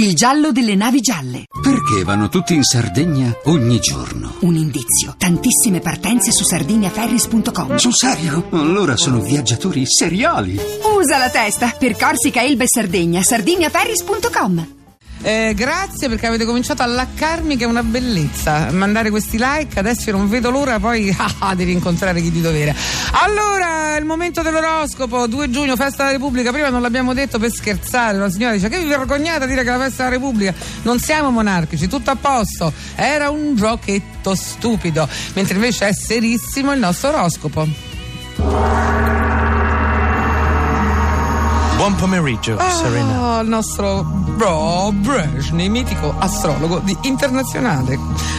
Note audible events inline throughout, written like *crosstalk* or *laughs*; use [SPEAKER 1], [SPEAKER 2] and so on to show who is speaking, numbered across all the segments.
[SPEAKER 1] Il giallo delle navi gialle.
[SPEAKER 2] Perché vanno tutti in Sardegna ogni giorno?
[SPEAKER 1] Un indizio. Tantissime partenze su sardiniaferris.com.
[SPEAKER 2] Sul serio? Allora sono viaggiatori seriali.
[SPEAKER 1] Usa la testa. Per Corsica, Elba e Sardegna, sardiniaferris.com.
[SPEAKER 3] Eh, grazie perché avete cominciato a laccarmi che è una bellezza mandare questi like adesso io non vedo l'ora poi *laughs* ah, di rincontrare chi di dovere allora è il momento dell'oroscopo 2 giugno festa della Repubblica prima non l'abbiamo detto per scherzare la signora dice che vi vergognate a dire che è la festa della Repubblica non siamo monarchici tutto a posto era un giochetto stupido mentre invece è serissimo il nostro oroscopo
[SPEAKER 4] Buon pomeriggio, Serena.
[SPEAKER 3] Oh, il nostro Bro Brezhny, mitico astrologo di internazionale,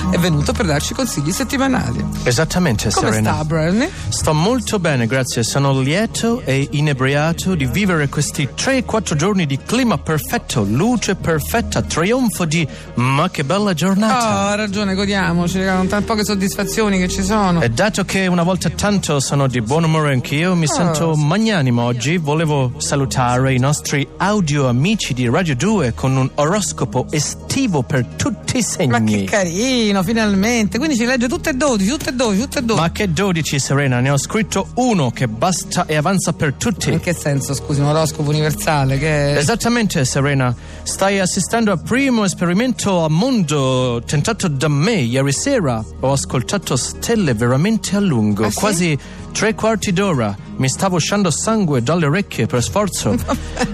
[SPEAKER 3] è venuto per darci consigli settimanali.
[SPEAKER 4] Esattamente,
[SPEAKER 3] Come
[SPEAKER 4] Serena.
[SPEAKER 3] sta Brezhny?
[SPEAKER 4] Sto molto bene, grazie. Sono lieto e inebriato di vivere questi 3-4 giorni di clima perfetto, luce perfetta, trionfo di ma che bella giornata.
[SPEAKER 3] Oh, ha ragione, godiamoci, raga, con tan poche soddisfazioni che ci sono.
[SPEAKER 4] E dato che una volta tanto sono di buon umore anch'io,
[SPEAKER 3] Ah.
[SPEAKER 4] mi sento magnanimo oggi, volevo salutare i nostri audio amici di Radio 2 con un oroscopo estivo per tutti i segni.
[SPEAKER 3] Ma che carino, finalmente. Quindi ci legge tutte e 12, tutte e 12, tutte e 12.
[SPEAKER 4] Ma che 12, Serena? Ne ho scritto uno che basta e avanza per tutti.
[SPEAKER 3] In che senso, scusi, un oroscopo universale che...
[SPEAKER 4] Esattamente, Serena. Stai assistendo al primo esperimento a mondo tentato da me ieri sera. Ho ascoltato stelle veramente a lungo,
[SPEAKER 3] Ah, sì?
[SPEAKER 4] quasi tre quarti d'ora. Mi stavo uscendo sangue dalle orecchie
[SPEAKER 3] *laughs*
[SPEAKER 4] per sforzo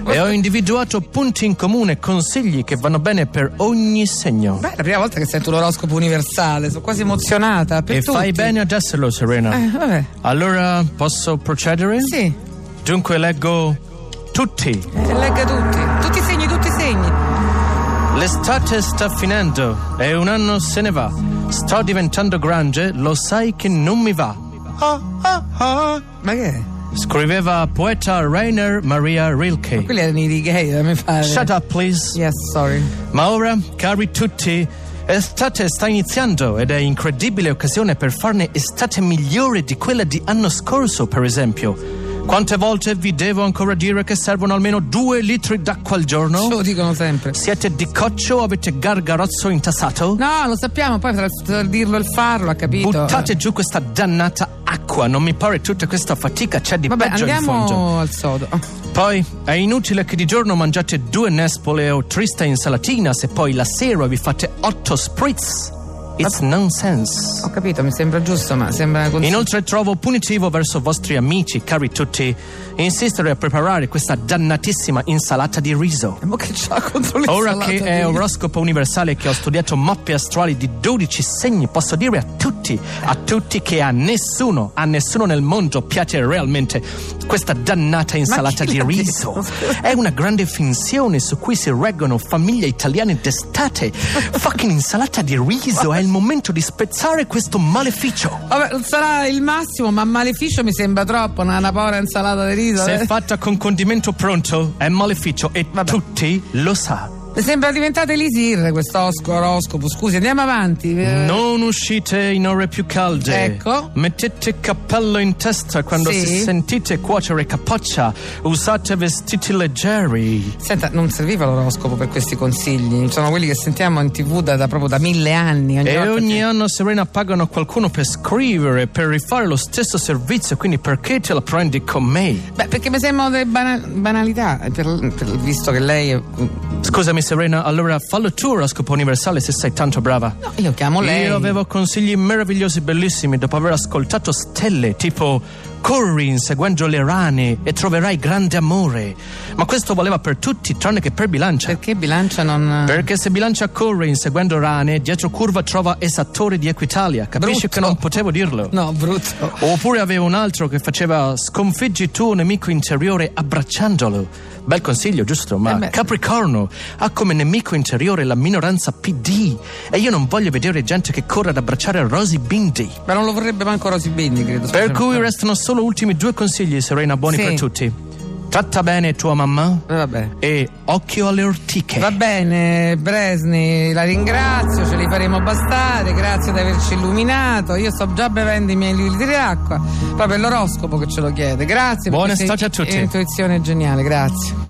[SPEAKER 4] e ho individuato punti in comune, consigli che vanno bene per ogni segno.
[SPEAKER 3] Beh, è la prima volta che sento l'oroscopo universale, sono quasi emozionata. Per
[SPEAKER 4] e fai
[SPEAKER 3] tutti.
[SPEAKER 4] bene a darselo, Serena.
[SPEAKER 3] Eh, vabbè.
[SPEAKER 4] Allora, posso procedere?
[SPEAKER 3] Sì,
[SPEAKER 4] Dunque leggo tutti.
[SPEAKER 3] eh, legga tutti. Tutti i segni, tutti i segni.
[SPEAKER 4] L'estate sta finendo e un anno se ne va. Sto diventando grande, lo sai che non mi va. Ah, ah, ah.
[SPEAKER 3] Ma che è?
[SPEAKER 4] Scriveva poeta Rainer Maria Rilke.
[SPEAKER 3] Quelli erano i righetti, da me pare.
[SPEAKER 4] Shut up, please.
[SPEAKER 3] Yes, sorry.
[SPEAKER 4] Ma ora, cari tutti, estate sta iniziando ed è incredibile occasione per farne estate migliore di quella di anno scorso, per esempio. Quante volte vi devo ancora dire che servono almeno due litri d'acqua al
[SPEAKER 3] Ce lo
[SPEAKER 4] giorno?
[SPEAKER 3] dicono sempre.
[SPEAKER 4] Siete di coccio o avete gargarozzo intassato?
[SPEAKER 3] No, lo sappiamo, poi tra, tra il dirlo e il farlo, ha capito?
[SPEAKER 4] Buttate giù questa dannata acqua, non mi pare tutta questa fatica c'è di
[SPEAKER 3] Vabbè,
[SPEAKER 4] peggio in fondo.
[SPEAKER 3] andiamo al sodo. Oh,
[SPEAKER 4] Poi è inutile che di giorno mangiate due nespole o trista insalatina se poi la sera vi fate otto spritz. It's nonsense.
[SPEAKER 3] Ho capito, mi sembra giusto, ma sembra cons-
[SPEAKER 4] Inoltre trovo punitivo verso vostri amici, cari tutti, insistere a preparare questa dannatissima insalata di riso.
[SPEAKER 3] Ma che c'ha contro le
[SPEAKER 4] Ora che è oroscopo universale che ho studiato mappe astrali di 12 segni, posso dire a tutti, a tutti che a nessuno, a nessuno nel mondo piace realmente questa dannata insalata
[SPEAKER 3] chi
[SPEAKER 4] di
[SPEAKER 3] l'ha
[SPEAKER 4] riso. È una grande finzione su cui si reggono famiglie italiane
[SPEAKER 3] *laughs*
[SPEAKER 4] d'estate. Fucking insalata di riso, è il momento di spezzare questo maleficio.
[SPEAKER 3] Vabbè, sarà il massimo, ma maleficio mi sembra troppo. Una, una povera insalata di riso.
[SPEAKER 4] Se
[SPEAKER 3] eh.
[SPEAKER 4] è fatta con condimento pronto, è maleficio e tutti lo sa.
[SPEAKER 3] Mi sembra diventata Elisir questo osco- oroscopo. Scusi, andiamo avanti. eh.
[SPEAKER 4] Non uscite in ore più calde.
[SPEAKER 3] Ecco.
[SPEAKER 4] Mettete cappello in testa quando
[SPEAKER 3] Sì.
[SPEAKER 4] si sentite cuocere capoccia. Usate vestiti leggeri.
[SPEAKER 3] Senta, non serviva l'oroscopo per questi consigli. Sono quelli che sentiamo in tv da, da- proprio da mille anni. Ogni
[SPEAKER 4] E
[SPEAKER 3] volta
[SPEAKER 4] Eh, ogni
[SPEAKER 3] che-
[SPEAKER 4] anno Serena pagano qualcuno per scrivere, per rifare lo stesso servizio, quindi perché te la prendi con me?
[SPEAKER 3] Beh, perché mi sembrano delle bana- banalità, eh, per- per- visto che lei è. No,
[SPEAKER 4] Scusami Serena, allora fallo tu oroscopo universale se sei tanto brava.
[SPEAKER 3] io chiamo lei.
[SPEAKER 4] Io avevo consigli meravigliosi, bellissimi, dopo aver ascoltato stelle, tipo corri inseguendo le rane e troverai grande amore. Ma questo valeva per tutti, tranne che per bilancia.
[SPEAKER 3] Perché bilancia non.
[SPEAKER 4] Perché se bilancia corre inseguendo rane, dietro curva trova esattore di Equitalia. Capisci
[SPEAKER 3] Brutto.
[SPEAKER 4] che non potevo dirlo?
[SPEAKER 3] No, brutto.
[SPEAKER 4] Oppure avevo un altro che faceva sconfiggi tuo nemico interiore abbracciandolo. Bel consiglio, giusto?
[SPEAKER 3] Eh
[SPEAKER 4] Ma
[SPEAKER 3] beh.
[SPEAKER 4] Capricorno ha come nemico interiore la minoranza PD e io non voglio vedere gente che corre ad abbracciare Rosy Bindi.
[SPEAKER 3] Ma non lo vorrebbe manco Rosy Bindi, credo.
[SPEAKER 4] Per
[SPEAKER 3] scusami.
[SPEAKER 4] cui restano solo ultimi due consigli, Serena, buoni
[SPEAKER 3] Certo. Sì.
[SPEAKER 4] per tutti. Tratta bene tua mamma
[SPEAKER 3] Eh, Vabbè.
[SPEAKER 4] e occhio alle ortiche.
[SPEAKER 3] Va bene, Bresni, la ringrazio, ce li faremo bastare, grazie di averci illuminato. Io sto già bevendo i miei litri d'acqua, proprio l'oroscopo che ce lo chiede. Grazie.
[SPEAKER 4] Buona
[SPEAKER 3] perché sei-
[SPEAKER 4] estate a tutti.
[SPEAKER 3] Intuizione geniale, grazie.